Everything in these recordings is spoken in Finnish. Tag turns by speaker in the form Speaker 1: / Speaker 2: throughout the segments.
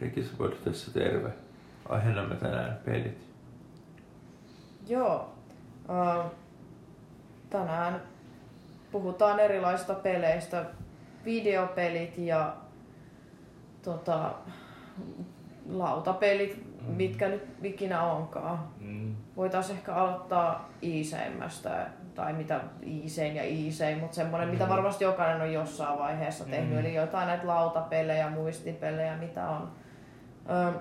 Speaker 1: Henkisvoit tässä terve. Aiheenamme tänään pelit.
Speaker 2: Joo. Äh, tänään puhutaan erilaisista peleistä. Videopelit ja tota, lautapelit, mm. mitkä nyt ikinä onkaan.
Speaker 3: Mm.
Speaker 2: Voitaisiin ehkä aloittaa iiseimmästä tai mitä iisein ja iisein, mutta semmoinen, mitä varmasti jokainen on jossain vaiheessa tehnyt.
Speaker 3: Mm.
Speaker 2: Eli jotain näitä lautapelejä, muistipelejä, mitä on. Ö,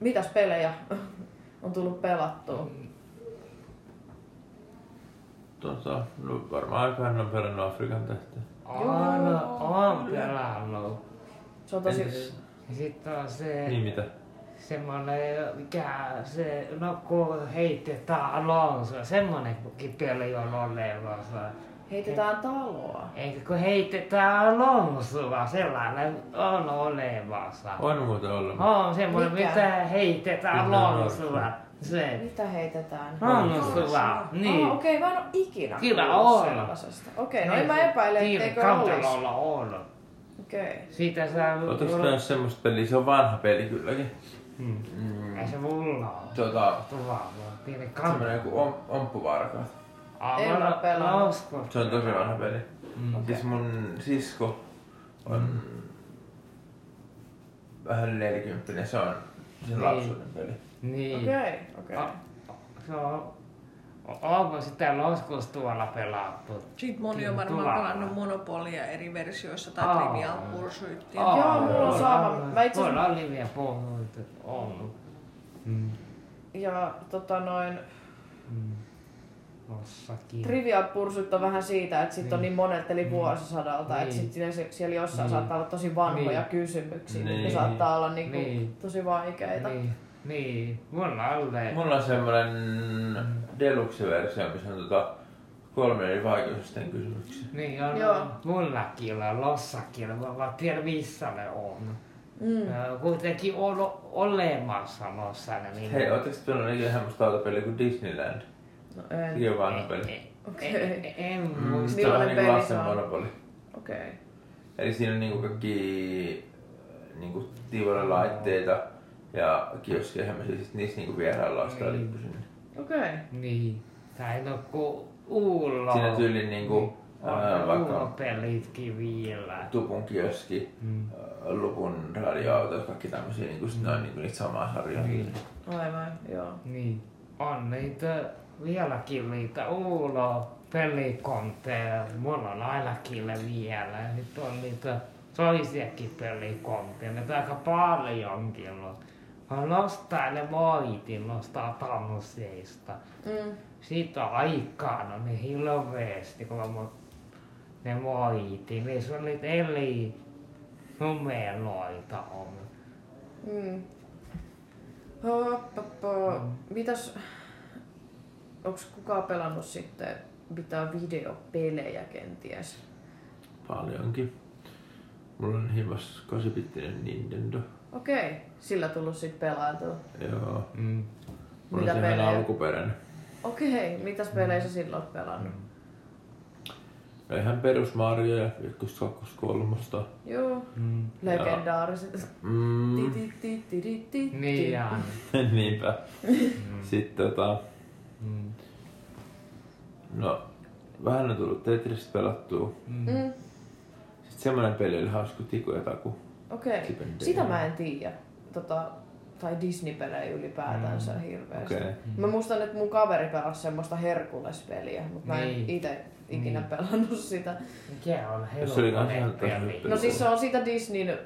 Speaker 2: mitäs pelejä on tullut pelattua?
Speaker 1: Tota, no varmaan aika hän on pelannut Afrikan tähteä.
Speaker 3: Aina
Speaker 2: Joo.
Speaker 3: on pelannut.
Speaker 2: Se on tosi...
Speaker 1: Entäs-
Speaker 3: Ja sitten on se
Speaker 1: Niin mitä?
Speaker 3: semmonen, mikä se, no kun heitetään Alonso, semmonenkin peli on olemassa.
Speaker 2: Heitetään taloa.
Speaker 3: Eikä kun heitetään Alonsoa, sellainen on olemassa.
Speaker 1: On muuten ollut.
Speaker 3: On semmonen,
Speaker 2: Mikä?
Speaker 3: mitä heitetään
Speaker 1: Kyllä,
Speaker 3: Alonsoa. Se.
Speaker 2: Mitä heitetään?
Speaker 3: Alonsoa, No, niin. Niin
Speaker 2: Ah, okei, mä en ole ikinä
Speaker 3: Kyllä
Speaker 2: kuullut
Speaker 3: on.
Speaker 2: sellaisesta. Okei, no en mä epäile, etteikö olisi.
Speaker 3: Kantalolla on.
Speaker 2: Okei.
Speaker 3: Siitä saa...
Speaker 1: Oletko tämä semmoista peliä? Se on vanha peli kylläkin.
Speaker 3: Hmm.
Speaker 1: Mm.
Speaker 3: Ei se mulla oo.
Speaker 1: Tota,
Speaker 3: Tuva vaan. Pieni
Speaker 1: semmoinen
Speaker 3: kantalo.
Speaker 1: joku om, omppuvarka.
Speaker 2: En mä pelaa.
Speaker 3: Lausko.
Speaker 1: Se on tosi vanha peli.
Speaker 3: Mm.
Speaker 1: Siis mun sisko on vähän nelikymppinen. Se on se
Speaker 3: Niin.
Speaker 1: lapsuuden peli.
Speaker 3: Niin.
Speaker 2: Okei, okei.
Speaker 3: O- Se on... o- Onko sitä joskus tuolla pelattu?
Speaker 4: Sitten moni on
Speaker 3: Kyllä,
Speaker 4: varmaan
Speaker 3: tulaa.
Speaker 4: pelannut monopolia eri versioissa tai
Speaker 3: Aa.
Speaker 4: trivial pursuittia.
Speaker 2: Aa. Joo, mulla on sama. Mä itse asiassa-
Speaker 3: Mulla on liviä puhunut. On. Mm.
Speaker 2: Ja tota noin,
Speaker 3: Mm. Jossakin.
Speaker 2: Trivial Pursuit on vähän siitä, että sit on
Speaker 3: Niin.
Speaker 2: niin monet eli
Speaker 3: Mm.
Speaker 2: vuosisadalta, että
Speaker 3: Niin.
Speaker 2: sit siellä, siellä jossain
Speaker 3: Niin.
Speaker 2: saattaa olla tosi vanhoja
Speaker 3: Niin.
Speaker 2: kysymyksiä, niin.
Speaker 1: Niin.
Speaker 2: mitkä saattaa olla niinku
Speaker 3: Niin.
Speaker 2: tosi vaikeita. Niin.
Speaker 3: Niin. Niin. Mulla on le-
Speaker 1: Mulla on semmonen deluxe-versio, missä on tota kolme eri vaikeusasteen kysymyksiä.
Speaker 3: Niin on,
Speaker 2: Joo.
Speaker 3: mullakin on lossakin, on. mä vaan tiedän missä ne on.
Speaker 2: Mm.
Speaker 3: Ö, Kuitenkin on o- olemassa lossana. Niin
Speaker 1: Hei, ootteko te pelannut ikinä semmoista autopeliä kuin Disneyland?
Speaker 2: No en.
Speaker 1: Sekin on vanha peli.
Speaker 3: En-
Speaker 2: Okei.
Speaker 3: e- en- En
Speaker 1: Mm,
Speaker 3: muista.
Speaker 1: se on
Speaker 2: Millainen
Speaker 1: niinku
Speaker 2: peli
Speaker 1: lasten
Speaker 2: se on?
Speaker 1: monopoli.
Speaker 2: Okei.
Speaker 1: Eli siinä on niinku kaikki äh, niinku laitteita ja kioskeja hemmäisiä, sit niissä niinku vieraillaan sitä
Speaker 3: Niin.
Speaker 1: lippu sinne.
Speaker 2: Okei.
Speaker 3: Niin. Tai no ku Ulla.
Speaker 1: Siinä tyyliin niinku ää, vaikka
Speaker 3: Ulopelitkin Niin, vielä.
Speaker 1: tupun kioski,
Speaker 3: Mm.
Speaker 1: ää, lupun radioautot, kaikki tämmösiä, niinku sit ne on niinku niitä samaa sarjaa.
Speaker 3: Niin.
Speaker 2: Aivan, joo.
Speaker 3: Niin. On niitä vieläkin niitä Ulo pelikonteja. Mulla on ainakin ne vielä. Ja Nyt on niitä toisiakin pelikonteja. Niitä aika paljonkin on. Mä nostaa ne voitin, nostaa tanssiista.
Speaker 2: Mm.
Speaker 3: Siitä aikaan on niin hirveesti, kun mä mu- ne voitin. Niissä on niitä eli numeroita on.
Speaker 2: Mm. Hoppappo. Mitäs... Onks kukaan pelannut sitten mitään videopelejä kenties?
Speaker 1: Paljonkin. Mulla on himas 8-bittinen Nintendo.
Speaker 2: Okei, sillä tullut sit pelailtua.
Speaker 1: Joo.
Speaker 3: Mm.
Speaker 1: Mulla
Speaker 2: Mitä
Speaker 1: on se
Speaker 2: pelejä?
Speaker 1: alkuperäinen.
Speaker 2: Okei, mitäs pelejä sä silloin oot pelannut?
Speaker 1: Ja ihan perus Marioja, ykkös, kakkos, kolmosta.
Speaker 2: Joo,
Speaker 3: Mm.
Speaker 2: legendaariset.
Speaker 1: Mm,
Speaker 2: Ti, ti, ti, ti, ti, ti.
Speaker 3: Niin ja.
Speaker 1: niinpä.
Speaker 3: Mm.
Speaker 1: Sitten tota,
Speaker 3: Mm.
Speaker 1: no, vähän on tullut Tetris pelattua.
Speaker 3: Mm.
Speaker 2: Mm,
Speaker 1: Sitten semmonen peli oli hauska Tiku ja Taku.
Speaker 2: Okei,
Speaker 1: Kipen
Speaker 2: sitä
Speaker 1: peli.
Speaker 2: mä en tiedä. Tota, tai Disney-pelejä ylipäätänsä mm. hirveästi.
Speaker 1: Okei.
Speaker 2: Mä muistan, että mun kaveri pelasi semmoista Herkules-peliä, mutta mä en
Speaker 3: Niin.
Speaker 2: itse ikinä
Speaker 3: Niin.
Speaker 2: pelannut sitä.
Speaker 3: Mikä on
Speaker 1: Se oli kans ihan
Speaker 3: helppo peli?
Speaker 2: No siis se on sitä Disneyn, ö,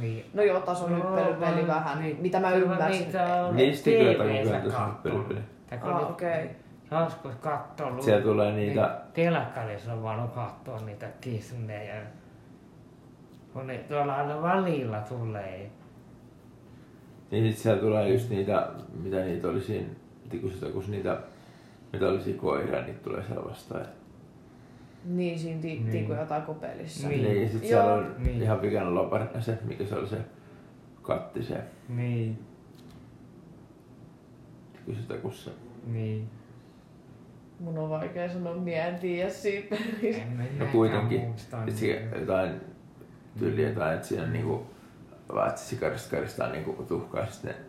Speaker 3: Niin.
Speaker 2: no joo, tason
Speaker 3: No,
Speaker 2: hyppelypeli
Speaker 3: vaan-
Speaker 2: vähän,
Speaker 3: niin.
Speaker 2: mitä mä
Speaker 3: Kyllä
Speaker 2: ymmärsin.
Speaker 3: niitä on
Speaker 1: Niistä Niin, kyllä taku kyllä
Speaker 3: TV-ssä
Speaker 1: tosi
Speaker 3: katsonut.
Speaker 1: peli.
Speaker 3: Tai kun
Speaker 2: Ah,
Speaker 3: nyt
Speaker 2: okei.
Speaker 3: Joskus kattonut.
Speaker 1: Siellä tulee niitä-
Speaker 3: Niin telkkarissa on vaan katsoa niitä Disneyä. Kun ne tuolla aina välillä tulee.
Speaker 1: Niin sit siellä tulee just niitä, mitä niitä oli siinä Tikussa ja Takussa, niitä, mitä oli siinä koiria, niitä tulee siellä vastaan.
Speaker 2: Niin, siinä ti-
Speaker 3: Niin.
Speaker 2: tiku jotain kopelissa.
Speaker 3: Niin.
Speaker 1: Niin, niin sit siellä
Speaker 2: Joo.
Speaker 1: on
Speaker 3: Niin.
Speaker 1: ihan pikana loparina se, mikä se oli se katti se
Speaker 3: Niin,
Speaker 1: Tikussa ja Takussa.
Speaker 3: niin.
Speaker 2: Mun on vaikea sanoa, mä en tiedä siitä pelistä.
Speaker 3: En mä
Speaker 1: No
Speaker 3: näkään
Speaker 1: kuitenkin. Siis
Speaker 3: muista
Speaker 1: Sitten
Speaker 3: niitä. Mm.
Speaker 1: jotain tyyliä jotain, että siinä on niinku vaan että sikarista karistaa niinku tuhkaa ja sitten ne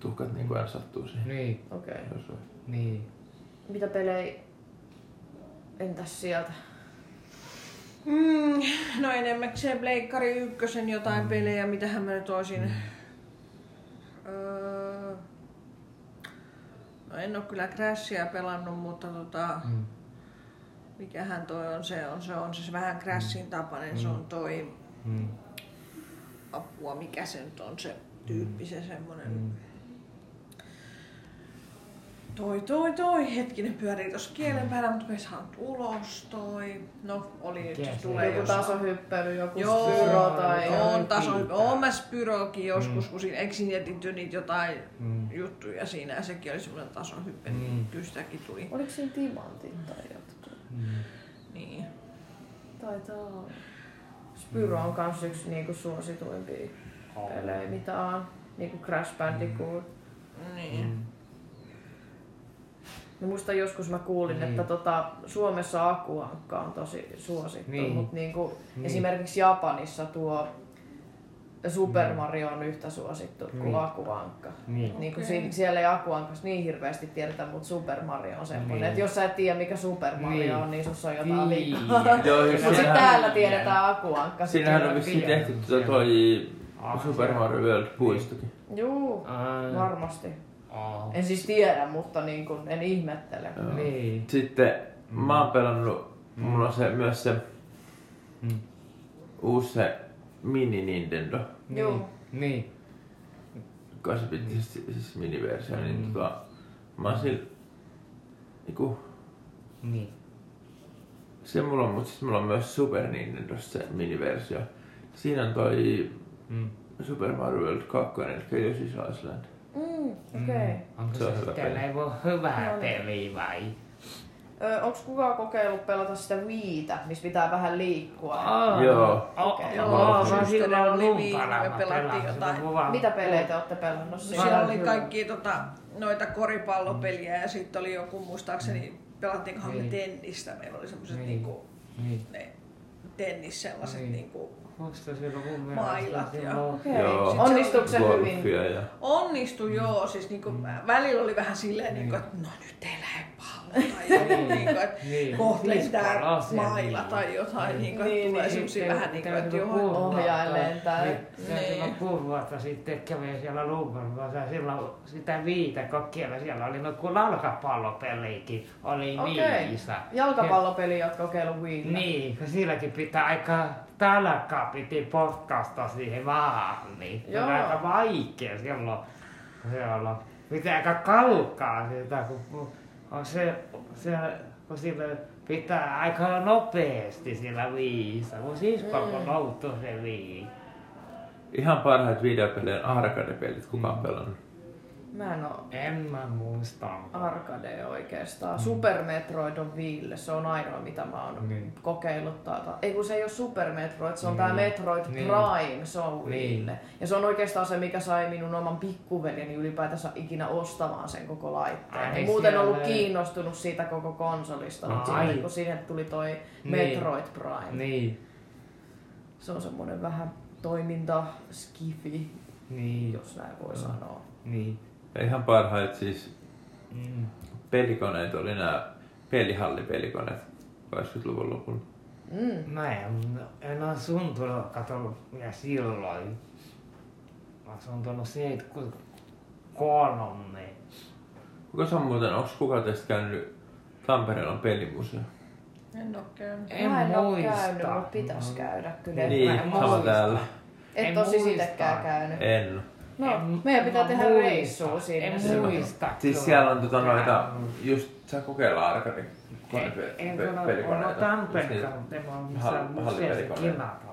Speaker 1: tuhkat niinku aina sattuu siihen.
Speaker 3: Niin,
Speaker 2: Okei. Okay.
Speaker 1: Jos on-
Speaker 3: niin.
Speaker 2: Mitä pelejä? Entäs sieltä?
Speaker 4: Mm, no enemmäkseen Pleikkari ykkösen jotain mm. pelejä, mitähän mä nyt oisin.
Speaker 3: Mm.
Speaker 4: Öö, no en oo kyllä Crashia pelannut, mutta tota,
Speaker 3: Mm.
Speaker 4: mikähän toi on se, on se, on se vähän Crashin tapainen, se on toi
Speaker 3: Mm.
Speaker 4: apua, mikä se nyt on se tyyppi, se semmonen.
Speaker 3: Mm.
Speaker 4: Toi, toi, toi, hetkinen pyörii tossa kielen päällä, mutta me ei saanut ulos toi. No, oli nyt,
Speaker 3: Mikä
Speaker 4: jos
Speaker 3: se
Speaker 4: tulee
Speaker 3: on?
Speaker 2: Joku
Speaker 4: jos-
Speaker 2: tasohyppely, joku
Speaker 4: Joo,
Speaker 2: spyro tai...
Speaker 4: on taso.
Speaker 3: Pitää.
Speaker 4: Oon mä Spyrokin joskus, kun siinä eksin jätitty niitä jotain
Speaker 3: Mm.
Speaker 4: juttuja siinä ja sekin oli semmoinen tasohyppe,
Speaker 3: Mm.
Speaker 4: niin kyllä sitäkin tuli.
Speaker 2: Oliko siinä timantit tai jotkut?
Speaker 3: Mm.
Speaker 4: Niin.
Speaker 2: Taitaa olla. Spyro on kans yksi niinku suosituimpia
Speaker 3: On.
Speaker 2: pelejä, mitä on. Niinku Crash Bandicoot.
Speaker 4: Niin.
Speaker 3: Mm.
Speaker 2: Mä muistan joskus mä kuulin,
Speaker 3: Niin.
Speaker 2: niin. että tota, Suomessa akuankka on tosi suosittu,
Speaker 3: Niin.
Speaker 2: niin. mutta niinku,
Speaker 3: Niin.
Speaker 2: niin. esimerkiksi Japanissa tuo Super Mario on yhtä suosittu niin.
Speaker 3: Mm. Niin.
Speaker 2: kuin akuankka.
Speaker 3: Niin.
Speaker 2: Niin kuin
Speaker 4: Okei.
Speaker 2: si- siellä ei akuankassa niin hirveästi tiedetä, mutta Super Mario on semmoinen.
Speaker 3: Niin.
Speaker 2: Niin. Että jos sä et tiedä, mikä Super Mario
Speaker 3: Niin.
Speaker 2: niin. on, niin sussa on jotain
Speaker 3: Niin.
Speaker 2: vikaa.
Speaker 1: Joo, just
Speaker 2: Mutta sitten
Speaker 1: siinähän-
Speaker 2: täällä tiedetään akuankka.
Speaker 1: Siinähän on
Speaker 3: Kyllä,
Speaker 1: vissiin
Speaker 3: kyllä.
Speaker 1: tehty tota toi
Speaker 3: Ah,
Speaker 1: Super
Speaker 3: siellä.
Speaker 1: Mario World puistokin.
Speaker 2: Juu,
Speaker 3: Ai.
Speaker 2: varmasti.
Speaker 3: Oh.
Speaker 2: En siis tiedä, mutta niin kuin, en ihmettele.
Speaker 1: Joo.
Speaker 3: Niin.
Speaker 1: Sitten mä oon pelannut, mulla on se, myös se
Speaker 3: Mm.
Speaker 1: uusi se mini Nintendo,
Speaker 3: Niin.
Speaker 2: Joo.
Speaker 3: Niin.
Speaker 1: joka se
Speaker 3: Mm.
Speaker 1: piti siis, siis miniversio, niin tota, mä oon sillä, niinku,
Speaker 3: Niin.
Speaker 1: se mulla on, mutta sitten mulla on myös Super Nintendo se miniversio. Siinä on toi
Speaker 3: Mm.
Speaker 1: Super Mario World 2, eli Yoshi's Island.
Speaker 2: Mm, okei. Okay.
Speaker 3: Onko
Speaker 1: Se on
Speaker 3: se
Speaker 1: hyvä
Speaker 3: sitten
Speaker 1: peli.
Speaker 3: levo hyvää
Speaker 2: No niin.
Speaker 3: peliä vai?
Speaker 2: Öö, onks kukaan kokeillut pelata sitä viitä, missä pitää vähän liikkua?
Speaker 3: Oh.
Speaker 1: Joo.
Speaker 3: Oh,
Speaker 2: Okei.
Speaker 3: joo,
Speaker 1: Joo,
Speaker 3: mä
Speaker 4: just
Speaker 3: silloin
Speaker 4: oli
Speaker 3: lumpana,
Speaker 4: viikko,
Speaker 3: mä
Speaker 4: me pelattiin
Speaker 3: pelasin sitä
Speaker 4: jotain.
Speaker 3: kuvaa.
Speaker 2: Mitä pelejä te olette pelannut?
Speaker 4: No,
Speaker 2: Siis?
Speaker 4: siellä oli
Speaker 3: kyllä.
Speaker 4: kaikki tota, noita koripallopeliä ja sitten oli joku, muistaakseni pelattiinkohan me
Speaker 3: Mm. Niin.
Speaker 4: tennistä, meillä oli semmoset
Speaker 3: Niin.
Speaker 4: niinku,
Speaker 3: Niin.
Speaker 4: ne tennis sellaiset
Speaker 3: Niin.
Speaker 4: niinku,
Speaker 3: Musta silloin mun
Speaker 4: Mailat
Speaker 3: mielestä
Speaker 4: ja-
Speaker 3: silloin...
Speaker 2: Okei.
Speaker 1: Joo.
Speaker 2: Onnistuuko se hyvin?
Speaker 1: Golfia ja
Speaker 2: Mm.
Speaker 4: Onnistui joo, siis niinku, välillä oli vähän silleen,
Speaker 2: Niin.
Speaker 4: niinku, että no nyt ei lähde pallo tai joku, niinku, että
Speaker 3: Niin.
Speaker 4: kohta
Speaker 3: Viisi
Speaker 4: lentää
Speaker 3: palasia,
Speaker 4: maila
Speaker 3: niin.
Speaker 4: tai jotain, niinku,
Speaker 2: Niin,
Speaker 4: että tulee
Speaker 2: niin,
Speaker 4: semmosia vähän niinku, että joo,
Speaker 2: kuuluu. Ohjailee tai-
Speaker 4: Niin.
Speaker 3: Niin. Kurva, että sitten kävi siellä luuparvassa silloin sitä viitä kokkiella. Siellä oli joku jalkapallopelikin, oli
Speaker 2: Okei.
Speaker 3: niissä.
Speaker 2: Jalkapallopeli, oot kokeillut viitä.
Speaker 3: Niin, kun silläkin pitää aika talkaa piti potkasta siihen maahan, niin se on
Speaker 2: Joo.
Speaker 3: aika vaikea silloin. silloin. Pitää aika kalkaa sitä, kun- kun on se, se kun sillä pitää aika nopeasti sillä viisa. Mun sisko on noutu se vii.
Speaker 1: ihan parhaat videopelien arcade-pelit, kuka on pelannut.
Speaker 2: Mä en oo
Speaker 3: En mä muista.
Speaker 2: Ah. arcade oikeastaan.
Speaker 3: Mm.
Speaker 2: Super Metroid on viille, se on ainoa mitä mä oon
Speaker 3: Niin.
Speaker 2: kokeillut täältä. Ei kun se ei ole Super Metroid, se on tää
Speaker 3: Niin.
Speaker 2: Metroid
Speaker 3: Niin.
Speaker 2: Prime, se on
Speaker 3: Niin.
Speaker 2: viille. Ja se on oikeastaan se, mikä sai minun oman pikkuveljeni ylipäätänsä ikinä ostamaan sen koko laitteen.
Speaker 3: Ai,
Speaker 2: Ai, muuten
Speaker 3: siellä-
Speaker 2: ollut kiinnostunut siitä koko konsolista, mutta
Speaker 3: Ai.
Speaker 2: sitten kun sinne tuli toi Metroid Prime,
Speaker 3: Niin,
Speaker 2: se on semmonen vähän toiminta skifi,
Speaker 3: niin,
Speaker 2: jos näin voi sanoa.
Speaker 3: niin.
Speaker 1: Ja ihan parhaat siis
Speaker 3: Mm.
Speaker 1: pelikoneet oli nämä pelihallipelikoneet 80-luvun lopulla.
Speaker 2: Mm.
Speaker 3: Mä en, en ole asuntoa katsonut minä silloin. Mä asuntonut 73.
Speaker 1: Kuka se on muuten, onko kuka teistä käynyt Tampereella on pelimuseo?
Speaker 4: en oo käynyt.
Speaker 3: En
Speaker 2: Mä en oo
Speaker 3: muista.
Speaker 2: käynyt, mutta pitäis
Speaker 3: Mm.
Speaker 2: käydä kyllä.
Speaker 1: Niin,
Speaker 3: mä en
Speaker 1: sama
Speaker 3: muista.
Speaker 1: täällä.
Speaker 2: Et
Speaker 3: En
Speaker 2: oo siis
Speaker 3: muista.
Speaker 2: itekään käynyt.
Speaker 1: En.
Speaker 2: No,
Speaker 3: En-
Speaker 2: meidän pitää
Speaker 3: mä
Speaker 2: tehdä
Speaker 3: muista.
Speaker 2: reissua sinne.
Speaker 3: En
Speaker 1: Selvä.
Speaker 3: muista.
Speaker 1: Siis
Speaker 3: kyllä.
Speaker 1: siellä on tota noita,
Speaker 3: Mm.
Speaker 1: just sä kokeillaan niin arkadi
Speaker 3: En, en ole ollut
Speaker 1: niin. Siis
Speaker 3: Tampereen mutta en ole missään
Speaker 1: Hall-
Speaker 3: museossa
Speaker 1: hallipelikoneita.
Speaker 3: kilataan.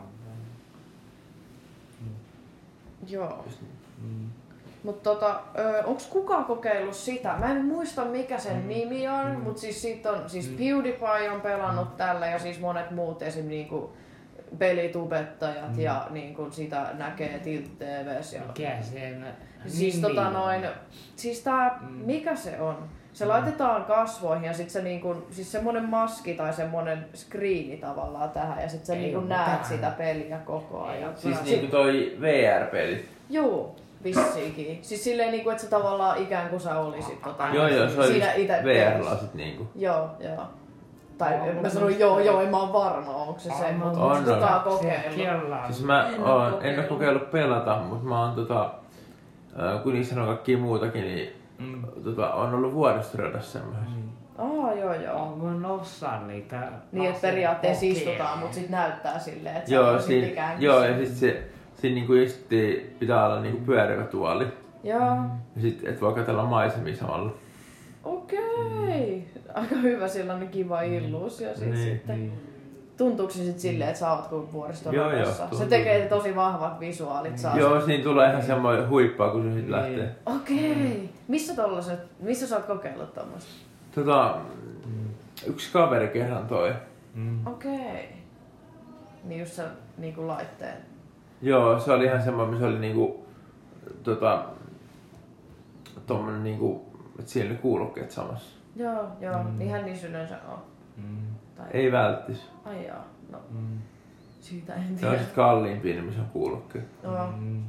Speaker 2: Joo.
Speaker 3: Mm.
Speaker 2: Mutta tota, ö, onks kukaan kokeillut sitä? Mä en muista mikä sen mm. nimi on, mm. mutta siis, siitä on, siis mm. PewDiePie on pelannut mm. tällä ja siis monet muut esim. Niinku pelitubettajat mm. ja niinku sitä näkee Tilt TVs ja
Speaker 3: Mikä sen
Speaker 2: Siis
Speaker 3: nimi
Speaker 1: Niin,
Speaker 2: tota
Speaker 3: on?
Speaker 2: noin, siis tää,
Speaker 3: Mm.
Speaker 2: mikä se on? Se
Speaker 1: Mm.
Speaker 2: laitetaan kasvoihin ja sitten se niinku, siis semmonen maski tai semmonen screeni tavallaan tähän ja sitten sä
Speaker 3: Ei
Speaker 2: niinku
Speaker 3: oo
Speaker 2: näet
Speaker 3: mitään.
Speaker 2: sitä peliä koko
Speaker 3: Ei
Speaker 2: ajan.
Speaker 3: oo
Speaker 1: Siis
Speaker 2: Si-
Speaker 1: niinku toi VR-pelit.
Speaker 2: Juu, vissiinkin. Siis silleen niinku, että sä tavallaan ikään kuin sä olisit tota.
Speaker 1: Ah, Joo joo, se oli
Speaker 2: siinä ite pelissä.
Speaker 1: VR-lasit niinku.
Speaker 2: Joo, joo. Tai
Speaker 3: Joo,
Speaker 2: mä
Speaker 3: mutta
Speaker 2: sanoin
Speaker 3: musta-
Speaker 2: joo, joo, en mä oon varma, onko se se,
Speaker 3: On,
Speaker 2: mutta
Speaker 1: on,
Speaker 2: onko
Speaker 1: on.
Speaker 2: kukaan
Speaker 3: Ah, Se
Speaker 2: kokeillut.
Speaker 3: kellaan.
Speaker 1: Siis mä
Speaker 4: En oo
Speaker 1: oon, en oo
Speaker 4: kokeillut.
Speaker 1: kokeillut pelata, mut mä oon tota, ää, kun niissä on kaikki muutakin, niin
Speaker 3: Mm.
Speaker 1: tota, on ollut vuodestorjadassa semmoisessa.
Speaker 3: Mm.
Speaker 2: Aa, joo, joo.
Speaker 3: Mä voin nostaa niitä.
Speaker 2: Niin, että periaatteessa
Speaker 3: laseja
Speaker 2: istutaan,
Speaker 3: kokeilla.
Speaker 2: mutta sit näyttää silleen, että sä
Speaker 1: Joo,
Speaker 2: olisit
Speaker 1: siinä,
Speaker 2: ikään kuin
Speaker 1: joo,
Speaker 2: se.
Speaker 1: ja sit se, siinä niinku isti, pitää olla niinku pyörivä tuoli.
Speaker 2: Joo,
Speaker 1: Ja sit, et voi katella maisemia samalla.
Speaker 2: okei. Aika hyvä sellainen kiva illuusio sit
Speaker 1: Mm. Niin,
Speaker 2: sitten. Tuntuuko se sit silleen, että sä oot kuin vuoristo
Speaker 1: Joo, joo,
Speaker 2: radassa? Se
Speaker 1: tuntuu.
Speaker 2: tekee tosi vahvat visuaalit. Saa
Speaker 1: Joo, siinä tulee ihan semmoinen huippaa, kun se
Speaker 3: Niin.
Speaker 1: sit lähtee.
Speaker 2: sen- Okei. Missä tollaset, missä sä oot kokeillut tommoista?
Speaker 1: Tota, yksi kaveri kerran toi.
Speaker 3: Mm.
Speaker 2: Okei. Niin just sen niinku laitteen.
Speaker 1: Joo, se oli ihan semmoinen, missä oli niinku, tota, tommonen niinku, että siinä oli kuulokkeet samassa.
Speaker 2: Joo, joo. Mm. Niinhän niissä yleensä on.
Speaker 3: Mm.
Speaker 2: Tai...
Speaker 1: Ei välttis.
Speaker 2: Ai joo. No,
Speaker 3: Mm.
Speaker 2: siitä en
Speaker 1: Se on
Speaker 2: tiedä.
Speaker 1: sit kalliimpi, niin missä on kuulokkeet.
Speaker 2: Joo.
Speaker 3: Mm.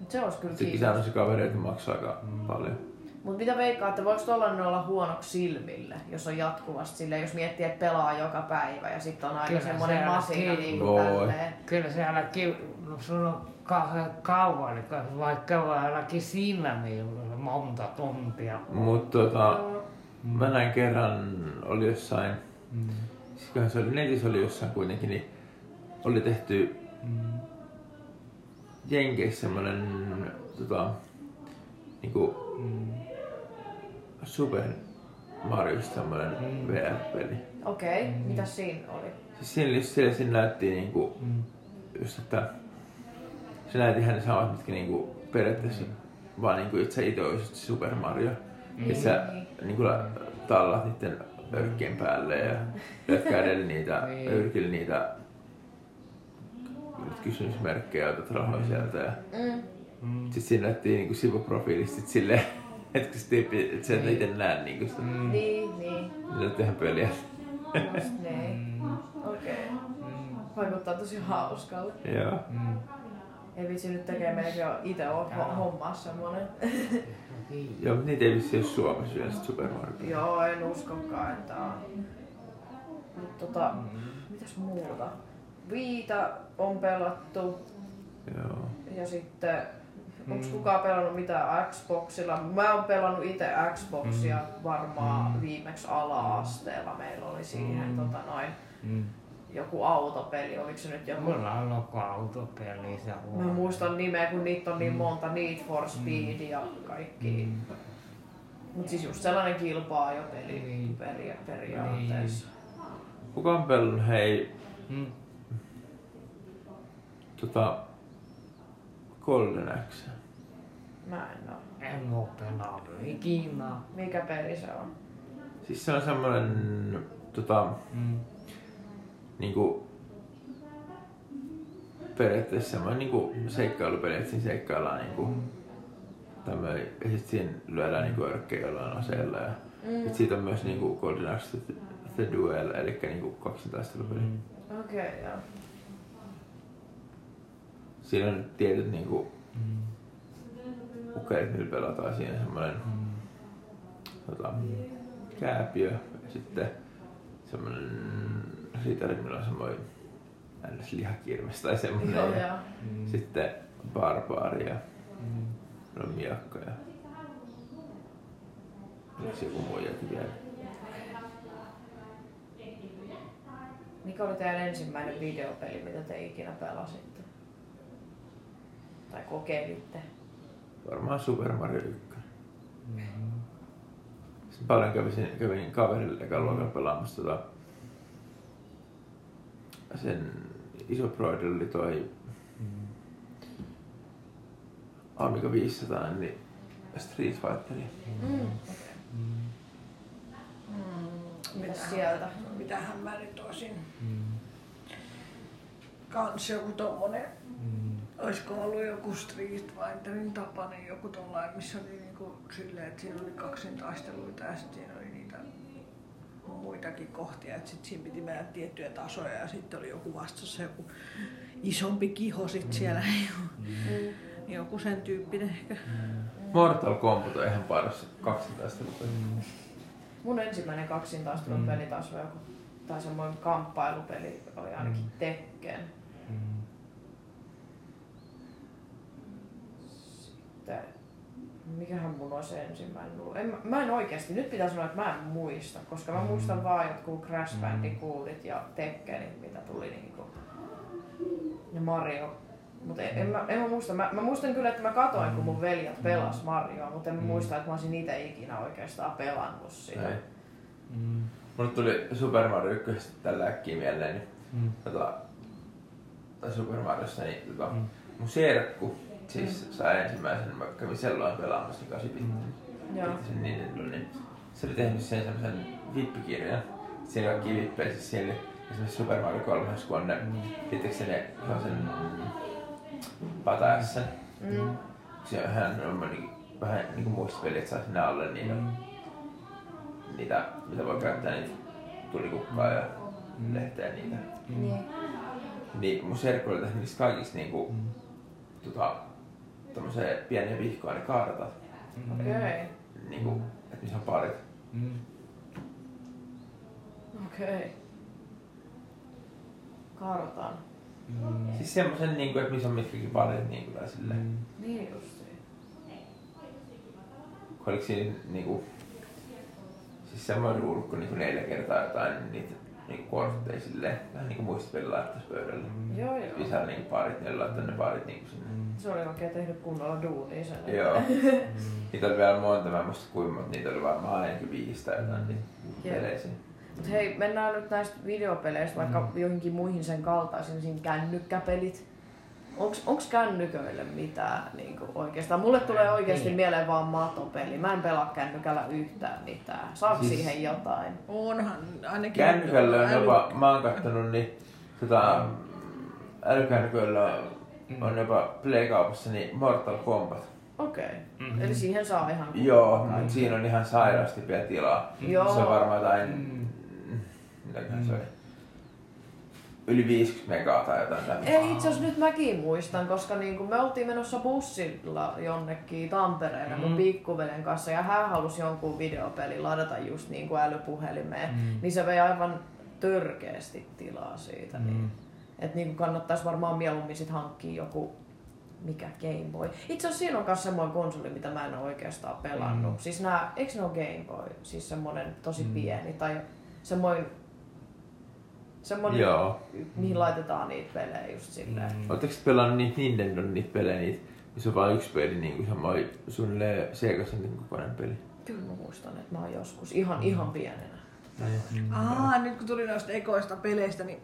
Speaker 2: Mut Se olisi kyllä
Speaker 1: Sekin
Speaker 2: kiinni.
Speaker 1: sanoi se kaveri, että maksaa aika paljon.
Speaker 2: Mutta mitä veikkaatte, voiko tollanen olla huonoksi silmille, jos on jatkuvasti silleen, jos miettii, että pelaa joka päivä ja sitten on aina
Speaker 3: Kyllä se
Speaker 2: semmoinen
Speaker 3: on
Speaker 2: masina
Speaker 3: kiinni.
Speaker 2: niin kuin
Speaker 1: Voi.
Speaker 2: tälleen.
Speaker 3: Kyllä se äläkin, no sulla on kauhean kauan, eli vaikka vaan äläkin silmillä monta tuntia.
Speaker 1: Mut tota, mä näin kerran, oli jossain,
Speaker 3: Mm.
Speaker 1: Sittenhän se oli netissä oli jossain kuitenkin, niin oli tehty
Speaker 3: Mm.
Speaker 1: Jenkeissä semmonen tota, niinku
Speaker 3: Mm.
Speaker 1: Super Mariosta semmonen
Speaker 3: Mm.
Speaker 1: VR-peli.
Speaker 2: Okei, okay, mitä siinä oli?
Speaker 1: Siis siinä, oli- siellä, siinä näytti niinku
Speaker 3: Mm.
Speaker 1: just, että se näytti ihan ne samat, mitkä niinku periaatteessa
Speaker 3: Mm.
Speaker 1: vaan niinku itse itse olisi just Super Mario. Mm. Et sä niinku la- tallat niitten örkkien päälle ja löydät kädellä niitä,
Speaker 3: Niin.
Speaker 1: yrkillä niitä kysymysmerkkejä ja otat rahoja
Speaker 3: Niin.
Speaker 1: sieltä. Ja
Speaker 2: Mm.
Speaker 3: Mm.
Speaker 1: sit siinä näytti niinku sivuprofiilista sit silleen, että kun se tyyppi, et sä et
Speaker 3: Niin.
Speaker 1: ite näe niinku sitä.
Speaker 3: Mm.
Speaker 2: Niin, niin.
Speaker 1: Sä tehdään peliä.
Speaker 2: Just niin.
Speaker 3: Mm.
Speaker 2: Okei. Okay.
Speaker 3: Mm.
Speaker 2: Vaikuttaa tosi hauskalle.
Speaker 1: Joo.
Speaker 3: Mm.
Speaker 2: Ei vitsi nyt tekee meidän jo ite ole
Speaker 3: Joo.
Speaker 2: hommaa semmonen.
Speaker 3: Niin.
Speaker 1: Joo, mut niitä ei vissi ole Suomessa vielä sit Super Mario.
Speaker 2: Joo, en uskokaan, että on. Mut tota,
Speaker 3: Mm.
Speaker 2: mitäs muuta? Viita on pelattu
Speaker 1: Joo.
Speaker 2: ja sitten
Speaker 3: Mm.
Speaker 2: onks kukaan pelannut mitään Xboxilla? Mä oon pelannut itse Xboxia
Speaker 3: Mm.
Speaker 2: varmaan viimeksi ala-asteella. Meillä oli siihen
Speaker 3: Mm.
Speaker 2: tota noin,
Speaker 3: Mm.
Speaker 2: joku autopeli, oliko se nyt joku?
Speaker 3: Mulla on joku autopeli, se
Speaker 2: Mä
Speaker 3: on.
Speaker 2: en muistan nimeä, kun niitä on niin monta, Need for Speed ja kaikki.
Speaker 3: Mm.
Speaker 2: Mut siis just sellainen kilpaa jo peli
Speaker 3: Niin.
Speaker 2: peria, periaatteessa.
Speaker 1: Kuka on pelannut hei
Speaker 3: Mm.
Speaker 1: tota Golden Axe?
Speaker 3: Niin.
Speaker 2: Mä en oo.
Speaker 3: En oo pelannut ikinä.
Speaker 2: Mikä peli se on?
Speaker 1: Siis se on semmonen tota
Speaker 3: Mm.
Speaker 1: niinku periaatteessa semmoinen niinku seikkailupeli, että siinä seikkaillaan niinku tämmöinen, ja sit siinä lyödään niinku örkkejä jollain aseella ja
Speaker 2: Mm.
Speaker 1: sit siitä on myös niinku Golden Axe The- The Duel, eli niinku kaksintaistelupeli.
Speaker 3: Mm.
Speaker 2: Okei, okay, joo.
Speaker 1: Siinä on tietyt niinku
Speaker 3: Mm.
Speaker 1: ukeet, millä pelataan siinä semmoinen
Speaker 3: Mm.
Speaker 1: tota, kääpiö ja sitten semmoinen ritari, millä on semmoinen ns. lihakirves tai
Speaker 2: Joo,
Speaker 1: semmoinen.
Speaker 2: joo.
Speaker 3: Mm.
Speaker 1: Sitten barbaari ja
Speaker 3: Mm.
Speaker 1: no, miakka ja miksi joku muu jäti vielä.
Speaker 2: Mikä oli teidän ensimmäinen videopeli, mitä te ikinä pelasitte? Tai kokeilitte?
Speaker 1: Varmaan Super Mario 1.
Speaker 3: Mm.
Speaker 1: Sitten paljon kävin, kävin niin kaverille ekan
Speaker 3: Mm.
Speaker 1: luokan pelaamassa tota, sen iso broider oli toi
Speaker 3: Mm.
Speaker 1: Amiga 500, niin Street Fighteri.
Speaker 2: Mm.
Speaker 3: Mm.
Speaker 2: Mitäs sieltä?
Speaker 4: Mitähän mä nyt olisin?
Speaker 3: Mm.
Speaker 4: Kans joku tommonen
Speaker 3: Mm.
Speaker 4: Olisiko ollut joku Street Fighterin tapainen joku tollain, missä oli niinku silleen, että siinä oli kaksintaisteluita ja sitten siinä oli niitä muitakin kohtia, että sitten siinä piti mennä tiettyjä tasoja ja sitten oli joku vastassa joku isompi kiho
Speaker 1: Mm.
Speaker 4: sit siellä. joku sen tyyppinen ehkä.
Speaker 1: Mortal Kombat on ihan paras kaksintaistelu.
Speaker 3: Mm.
Speaker 2: Mun ensimmäinen kaksintaistelun mm. peli taas on joku, tai semmoinen kamppailupeli oli ainakin mm. Tekken.
Speaker 3: Mm.
Speaker 2: Sitten, mikähän mun olisi ensimmäinen ollut? En, mä- mä en oikeasti, nyt pitää sanoa, että mä en muista, koska
Speaker 1: Mm.
Speaker 2: mä muistan vaan jotkut Crash Bandicootit ja Tekkenit, mitä tuli niinku. Ja Mario. Mutta en, en, mä, en mä muista. Mä, mä muistan kyllä, että mä katoin, kun
Speaker 1: Mm.
Speaker 2: mun veljet pelas Marioa, mutta en mä muista, että mä olisin niitä ikinä oikeastaan pelannut sitä.
Speaker 1: Näin.
Speaker 3: Mm.
Speaker 1: Mulle tuli Super Mario 1 tällä äkkiä mieleen, niin
Speaker 3: Mm.
Speaker 1: tota, tai Super Mariossa, niin tota,
Speaker 3: Mm.
Speaker 1: mun serkku siis sai ensimmäisen, mä kävin silloin pelaamassa, niin kasi
Speaker 3: Mm.
Speaker 2: Joo.
Speaker 1: sen niin, niin, niin, se oli tehnyt sen semmoisen vippikirjan, siinä kaikki vippejä, siis siellä oli esimerkiksi Super Mario 3, kun on ne, mm. se ne, se on sen pataessa,
Speaker 2: Mm.
Speaker 1: se on ihan niin, vähän niinku muista pelit saa sinne alle niitä, mm. niitä, mitä voi käyttää niitä tulikukkaa ja
Speaker 3: Mm.
Speaker 1: lehteä niitä.
Speaker 2: Niin.
Speaker 1: Niin mun serkku oli tehnyt niistä kaikista niinku, mm. tota, tommoseen pieniä vihkoa ne kartat,
Speaker 2: Okei. Okay.
Speaker 1: niinku, et missä on parit.
Speaker 3: Mm.
Speaker 2: Okei. Okay. Kartan.
Speaker 3: Mm.
Speaker 1: Siis semmosen niinku, et missä on mitkäkin parit niinku tai silleen.
Speaker 3: Mm.
Speaker 2: Niin justiin.
Speaker 1: Kun oliks siinä niinku, siis semmoinen ruudukko niinku neljä kertaa jotain niitä niinku kortteja silleen, vähän niinku muistipeli laittais pöydälle.
Speaker 2: Joo joo.
Speaker 1: Isä niinku parit, ne oli laittanut ne parit niinku sinne.
Speaker 2: Se oli oikein tehnyt kunnolla duunia sen.
Speaker 1: Joo. niitä oli vielä monta, mä en muista kuinka, mutta niitä oli varmaan ainakin viisi tai jotain niin
Speaker 2: Joo.
Speaker 1: peleissä.
Speaker 2: Mut hei, mennään nyt näistä videopeleistä vaikka mm. johonkin muihin sen kaltaisiin, siinä kännykkäpelit. Onks, onks kännyköille mitään niinku oikeastaan? Mulle tulee oikeasti
Speaker 3: Niin.
Speaker 2: mieleen vaan matopeli. Mä en pelaa kännykällä yhtään mitään. Saako
Speaker 1: Siis-
Speaker 2: siihen jotain?
Speaker 4: Onhan ainakin...
Speaker 1: Kännykällä on
Speaker 4: äly-
Speaker 1: jopa, mä oon kattonut, niin tota, älykännyköillä on, on jopa Playkaupassa niin Mortal Kombat.
Speaker 2: Okei. Okay. Mm-hmm. Eli siihen saa ihan...
Speaker 1: Mhm. Joo, mutta siinä on ihan sairaasti vielä tilaa.
Speaker 2: Joo.
Speaker 1: Se on varmaan jotain, Mm. mitäköhän se oli, yli 50 megaa tai jotain tämmöistä.
Speaker 2: Ei itse asiassa nyt mäkin muistan, koska niin kuin me oltiin menossa bussilla jonnekin Tampereelle mun pikkuvelen kanssa ja hän halusi jonkun videopelin ladata just niin kuin älypuhelimeen, mm. niin se vei aivan törkeästi tilaa siitä. Mm. Niin. Et niin kuin kannattaisi varmaan mieluummin sit hankkia joku mikä Game Boy. Itse asiassa siinä on myös semmoinen konsoli, mitä mä en ole oikeastaan pelannut. Mm. Siis nää, eikö ne ole Game Boy? Siis semmoinen tosi mm. pieni tai semmoinen, semmoinen
Speaker 1: Joo.
Speaker 2: mihin laitetaan niitä pelejä just silleen.
Speaker 1: Oletteko te pelannut niitä Nintendo niitä pelejä, niitä, missä on vain yksi peli, niin kuin sama suunnilleen Sega Centin kokoinen peli?
Speaker 2: Kyllä mä muistan, että mä oon joskus ihan, ihan pienenä.
Speaker 4: Aa, nyt kun tuli noista ekoista peleistä, niin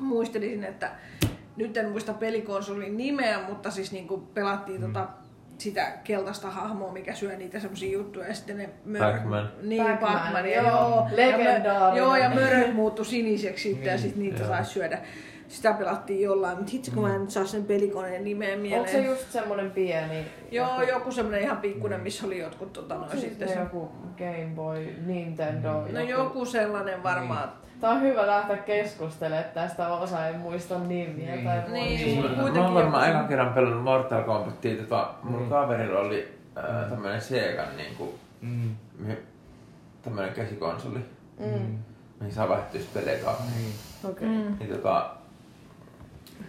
Speaker 4: muistelisin, että nyt en muista pelikonsolin nimeä, mutta siis niinku pelattiin
Speaker 1: Mm.
Speaker 4: tota sitä keltaista hahmoa, mikä syö niitä semmosia juttuja ja sitten ne
Speaker 1: Pac-Man.
Speaker 4: Niin,
Speaker 2: Pac-Man,
Speaker 4: Pac-Man,
Speaker 2: joo.
Speaker 4: joo. joo. Ja mö-
Speaker 2: Legendaarinen.
Speaker 4: joo, ja möröt muuttu siniseksi sitten ja sitten niitä
Speaker 1: Niin, joo. Mm.
Speaker 4: sai syödä. Sitä pelattiin jollain, mutta hitsi kun mä en nyt saa sen pelikoneen nimeä mieleen.
Speaker 2: Onko se just semmonen pieni?
Speaker 4: Joo, joku semmonen ihan pikkunen, missä oli jotkut tota
Speaker 2: No,
Speaker 4: noin sitten
Speaker 2: sitten
Speaker 4: se.
Speaker 2: joku Game Boy, Nintendo.
Speaker 4: No joku sellainen
Speaker 1: Niin.
Speaker 4: varmaan.
Speaker 2: Tää on hyvä lähteä keskustelemaan tästä, osa ei muista nimiä
Speaker 3: Niin.
Speaker 2: tai
Speaker 4: Niin.
Speaker 1: Siis
Speaker 2: muista.
Speaker 1: mä,
Speaker 4: Kuitenkin
Speaker 1: mä oon varmaan
Speaker 4: joku-
Speaker 1: ekan kerran pelannut Mortal Kombatia, tota, mun
Speaker 3: Mm.
Speaker 1: kaverilla oli äh, tämmönen Segan niinku,
Speaker 3: Mm.
Speaker 1: mi- tämmönen käsikonsoli,
Speaker 2: Mm.
Speaker 1: mihin saa vaihtua sit pelejä kautta.
Speaker 3: Niin.
Speaker 2: Okei.
Speaker 4: Mm.
Speaker 2: Okay.
Speaker 1: Niin tota,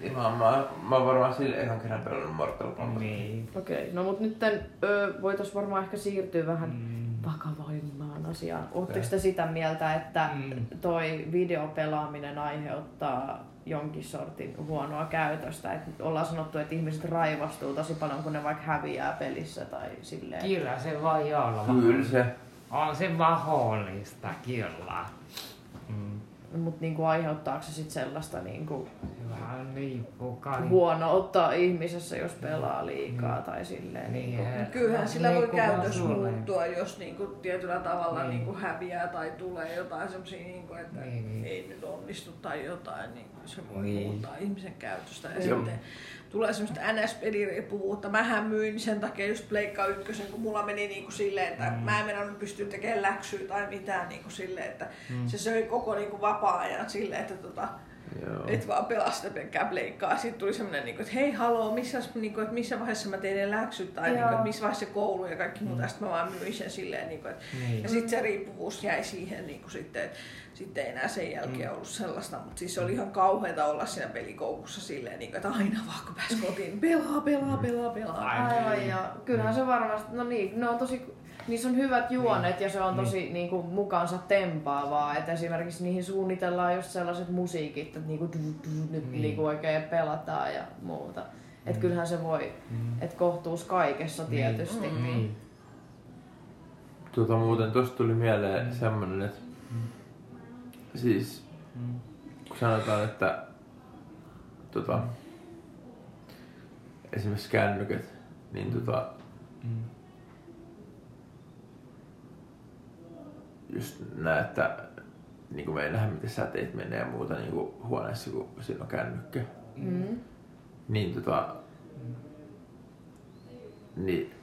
Speaker 1: niin mä, oon- mä, mä oon varmaan sille ekan kerran pelannut Mortal Kombatia.
Speaker 3: Niin.
Speaker 2: Okei, okay. no mut nyt ö, voitais varmaan ehkä siirtyä vähän
Speaker 3: Mm.
Speaker 2: vakavoimaan asiaan.
Speaker 1: Okei.
Speaker 2: Oletteko te sitä mieltä, että
Speaker 3: Mm.
Speaker 2: toi videopelaaminen aiheuttaa jonkin sortin huonoa käytöstä? Et ollaan sanottu, että ihmiset raivostuu tosi paljon, kun ne vaikka häviää pelissä tai silleen.
Speaker 3: Kyllä se voi olla.
Speaker 1: Kyllä se.
Speaker 3: On se mahdollista, kyllä. Mm.
Speaker 2: Mm. mutta niinku aiheuttaako se sit sellaista niinku
Speaker 3: Se vähän riippuu kai.
Speaker 2: huonoutta ihmisessä, jos pelaa liikaa tai silleen. Niinku.
Speaker 3: eh,
Speaker 4: Kyllähän sillä voi
Speaker 3: riippuu vaan
Speaker 4: käytös
Speaker 3: sulle.
Speaker 4: muuttua, jos niinku tietyllä tavalla
Speaker 3: Niin.
Speaker 4: niin. niinku häviää tai tulee jotain semmoisia, niinku, että
Speaker 3: Niin, niin.
Speaker 4: ei nyt onnistu tai jotain. Niinku se voi
Speaker 3: Niin.
Speaker 4: niin. muuttaa ihmisen käytöstä. Ja
Speaker 1: Joo.
Speaker 4: sitten tulee semmoista NS-peliriippuvuutta. Mähän myin sen takia just Pleikka ykkösen, kun mulla meni niinku silleen, että mm. mä en mennyt pystyä tekemään läksyä tai mitään niinku silleen, että mm. se söi koko niinku vapaa-ajan silleen, että tota,
Speaker 1: Joo.
Speaker 4: et vaan pelaa sitä pelkkää pleikkaa. Sitten tuli semmoinen, niinku, että hei haloo, missä, niinku, että missä vaiheessa mä tein ne läksyt tai niinku, että missä vaiheessa se koulu ja kaikki muuta. Mm. Sitten mä vaan myin sen silleen. Niinku, et,
Speaker 3: Niin.
Speaker 4: Ja sitten se riippuvuus jäi siihen niinku, sitten, että sitten ei enää sen jälkeen ollut sellaista. Mutta siis oli ihan kauheata olla siinä pelikoukussa silleen, niinku, että aina vaan kun pääs kotiin, pelaa, pelaa, pelaa, pelaa.
Speaker 3: Aivan.
Speaker 2: Aivan, ja kyllähän se varmasti, no niin, ne on tosi, niissä on hyvät
Speaker 3: Niin.
Speaker 2: juonet ja se on tosi niin. kuin, mukaansa tempaavaa, että esimerkiksi niihin suunnitellaan just sellaiset musiikit, että niinku, du, du, nyt niin. niinku oikein pelataan ja muuta. Että kyllähän se voi, että kohtuus kaikessa tietysti.
Speaker 3: Niin. Niin, niin.
Speaker 1: Tuota muuten tosta tuli mieleen mm. semmonen, että siis kun sanotaan, että tota, esimerkiksi kännykät, niin tota, just näin, että niin kuin me ei nähdä, miten säteet menee ja muuta niin kuin huoneessa, kun siinä on kännykkä.
Speaker 2: Mm.
Speaker 1: Niin tota... Niin...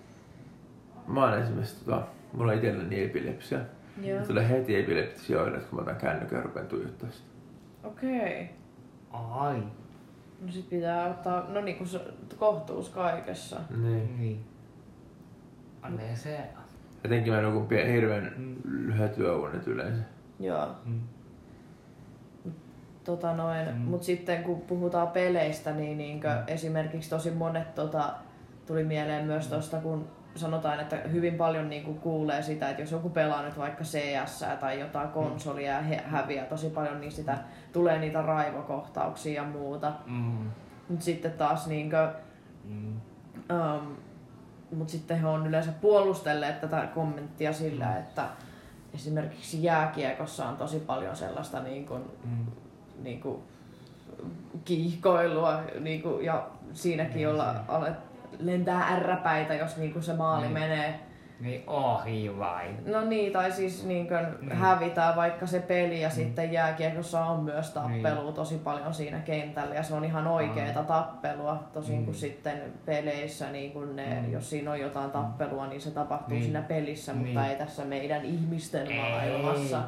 Speaker 1: Mä oon esimerkiksi tota... Mulla on itselläni epilepsia.
Speaker 2: Joo.
Speaker 1: Mulla Tulee heti epileptisiä oireita, kun mä otan kännykän ja rupean tuijottaa sitä.
Speaker 2: Okei. Okay.
Speaker 3: Ai,
Speaker 2: No sit pitää ottaa, no niin kuin se, kohtuus kaikessa.
Speaker 1: Niin.
Speaker 3: niin. Anne se.
Speaker 1: Jotenkin mä nukun pien, hirveän lyhyet yöunet yleensä.
Speaker 2: Joo.
Speaker 3: Mm.
Speaker 2: Tota noin, mm. mut sitten kun puhutaan peleistä, niin niinkö esimerkiksi tosi monet tota, tuli mieleen myös tosta, kun sanotaan, että hyvin paljon niinku kuulee sitä, että jos joku pelaa nyt vaikka CS tai jotain konsolia ja he häviää tosi paljon, niin sitä tulee niitä raivokohtauksia ja muuta.
Speaker 3: Mm.
Speaker 2: Mut sitten taas niinkö,
Speaker 3: Mm.
Speaker 2: Um, mutta sitten he on yleensä puolustelleet tätä kommenttia sillä, mm. että esimerkiksi jääkiekossa on tosi paljon sellaista niin kuin,
Speaker 3: Mm.
Speaker 2: niin kuin kiihkoilua niin kuin, ja
Speaker 3: Niin,
Speaker 2: siinäkin olla, alet, lentää ärräpäitä, jos niin kuin se maali mm. menee.
Speaker 3: Niin ohi vai?
Speaker 2: No niin, tai siis niin kuin hävitään vaikka se peli
Speaker 3: Mm.
Speaker 2: ja sitten jääkiekossa on myös tappelua
Speaker 3: Niin.
Speaker 2: tosi paljon siinä kentällä ja se on ihan oikeeta tappelua. Tosin
Speaker 3: Niin.
Speaker 2: kun sitten peleissä, niin kun ne, jos siinä on jotain tappelua, niin se tapahtuu
Speaker 3: Mm. Niin.
Speaker 2: siinä pelissä, mutta
Speaker 3: Niin.
Speaker 2: ei tässä meidän ihmisten
Speaker 3: Ei.
Speaker 2: maailmassa.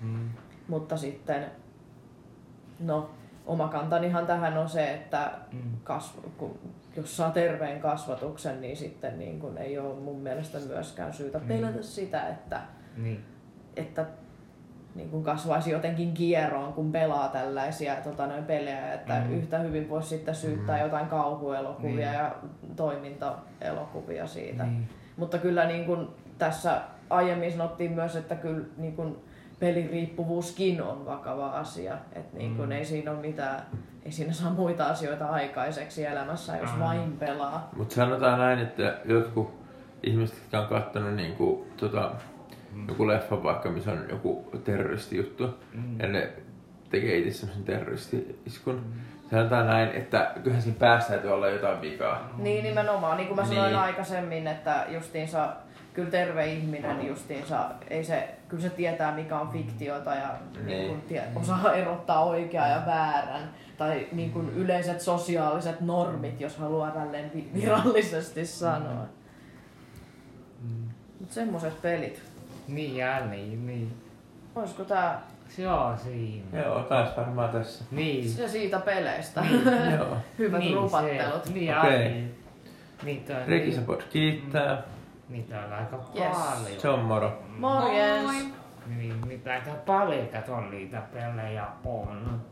Speaker 3: Mm.
Speaker 2: Mutta sitten, no, oma kantanihan tähän on se, että
Speaker 3: Mm.
Speaker 2: kasv, kun, jos saa terveen kasvatuksen, niin sitten niin kun ei ole mun mielestä myöskään syytä pelätä sitä, että,
Speaker 3: Niin.
Speaker 2: että niin kun kasvaisi jotenkin kieroon, kun pelaa tällaisia tota, noin pelejä, että mm. yhtä hyvin voisi sitten syyttää mm. jotain kauhuelokuvia
Speaker 3: Niin.
Speaker 2: ja toimintaelokuvia siitä.
Speaker 3: Niin.
Speaker 2: Mutta kyllä niin kun tässä aiemmin sanottiin myös, että kyllä niin kun peliriippuvuuskin on vakava asia. Että niin kun ei siinä ole mitään, ei siinä saa muita asioita aikaiseksi elämässä, jos vain pelaa.
Speaker 1: Mut sanotaan näin, että jotkut ihmiset, jotka on kattonut niinku tota... Joku leffa vaikka, missä on joku terroristijuttu. Mm. Ja ne tekee itse semmosen terroristi-iskun. Mm. Sanotaan näin, että kyllähän siinä päässä täytyy olla jotain vikaa.
Speaker 2: Niin nimenomaan, niin kuin mä sanoin
Speaker 1: Niin.
Speaker 2: aikaisemmin, että justiinsa kyllä terve ihminen justiinsa, ei se, kyllä se tietää mikä on fiktiota ja niin. Niin kuin tie, osaa erottaa oikeaa ja väärän. Tai niin kuin yleiset sosiaaliset normit, jos haluaa tälleen vi- virallisesti sanoa.
Speaker 3: Mm.
Speaker 2: Mutta semmoset pelit.
Speaker 3: Niin ja niin, niin.
Speaker 2: Olisiko tää
Speaker 3: Se on siinä.
Speaker 1: Joo, taas varmaan tässä.
Speaker 3: Niin.
Speaker 2: se siitä peleistä?
Speaker 1: Joo.
Speaker 2: Hyvät
Speaker 3: niin,
Speaker 2: niin,
Speaker 3: se-
Speaker 2: rupattelut.
Speaker 3: Niin ja
Speaker 1: Okei.
Speaker 3: niin. Niitä on,
Speaker 1: Rekisapod kiittää.
Speaker 3: niitä on aika
Speaker 2: Yes.
Speaker 3: paljon.
Speaker 1: Se on moro.
Speaker 2: Morjens!
Speaker 4: Moi.
Speaker 3: Niin, niitä aika paljon katon niitä pelejä on.